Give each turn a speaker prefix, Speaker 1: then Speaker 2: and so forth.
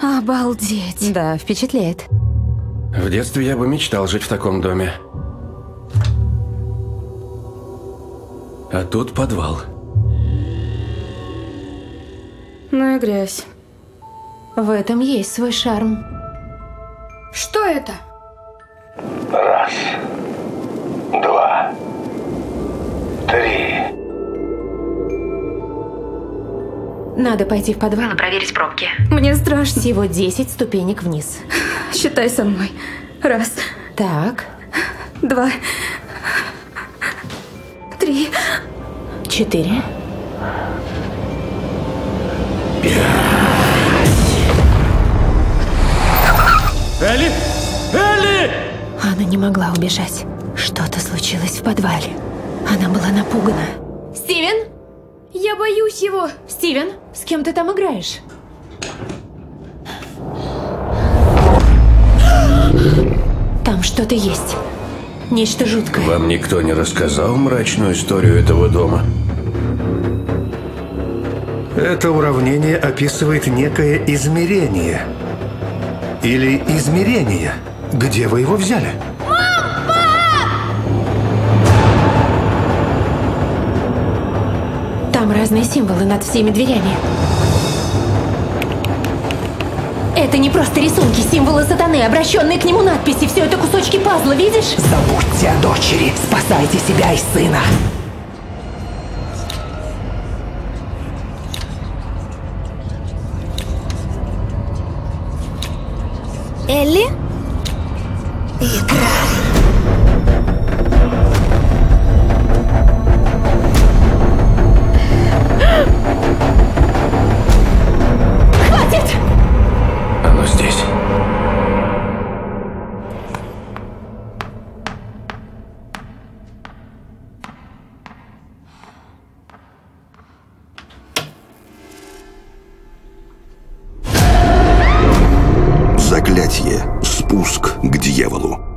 Speaker 1: Обалдеть.
Speaker 2: Да, впечатляет.
Speaker 3: В детстве я бы мечтал жить в таком доме. А тут подвал.
Speaker 1: Ну и грязь.
Speaker 2: В этом есть свой шарм.
Speaker 1: Что это?
Speaker 4: Раз. Два. Три.
Speaker 2: Надо пойти в подвал и проверить пробки.
Speaker 1: Мне страшно.
Speaker 2: Всего 10 ступенек вниз.
Speaker 1: Считай со мной. Раз,
Speaker 2: Так,
Speaker 1: два, три.
Speaker 2: 4.
Speaker 3: Элли! Элли!
Speaker 2: Она не могла убежать. Что-то случилось в подвале. Она была напугана. Стивен?
Speaker 1: Я боюсь его.
Speaker 2: Стивен, с кем ты там играешь? Там что-то есть. Нечто жуткое.
Speaker 3: Вам никто не рассказал мрачную историю этого дома?
Speaker 5: Это уравнение описывает некое измерение. Или измерение. Где вы его взяли?
Speaker 2: Там разные символы над всеми дверями. Это не просто рисунки, символы сатаны, обращенные к нему надписи. Все это кусочки пазла, видишь?
Speaker 6: Забудьте о дочери, спасайте себя и сына.
Speaker 7: Элли?
Speaker 3: Оно здесь.
Speaker 8: Заклятие. Спуск к дьяволу.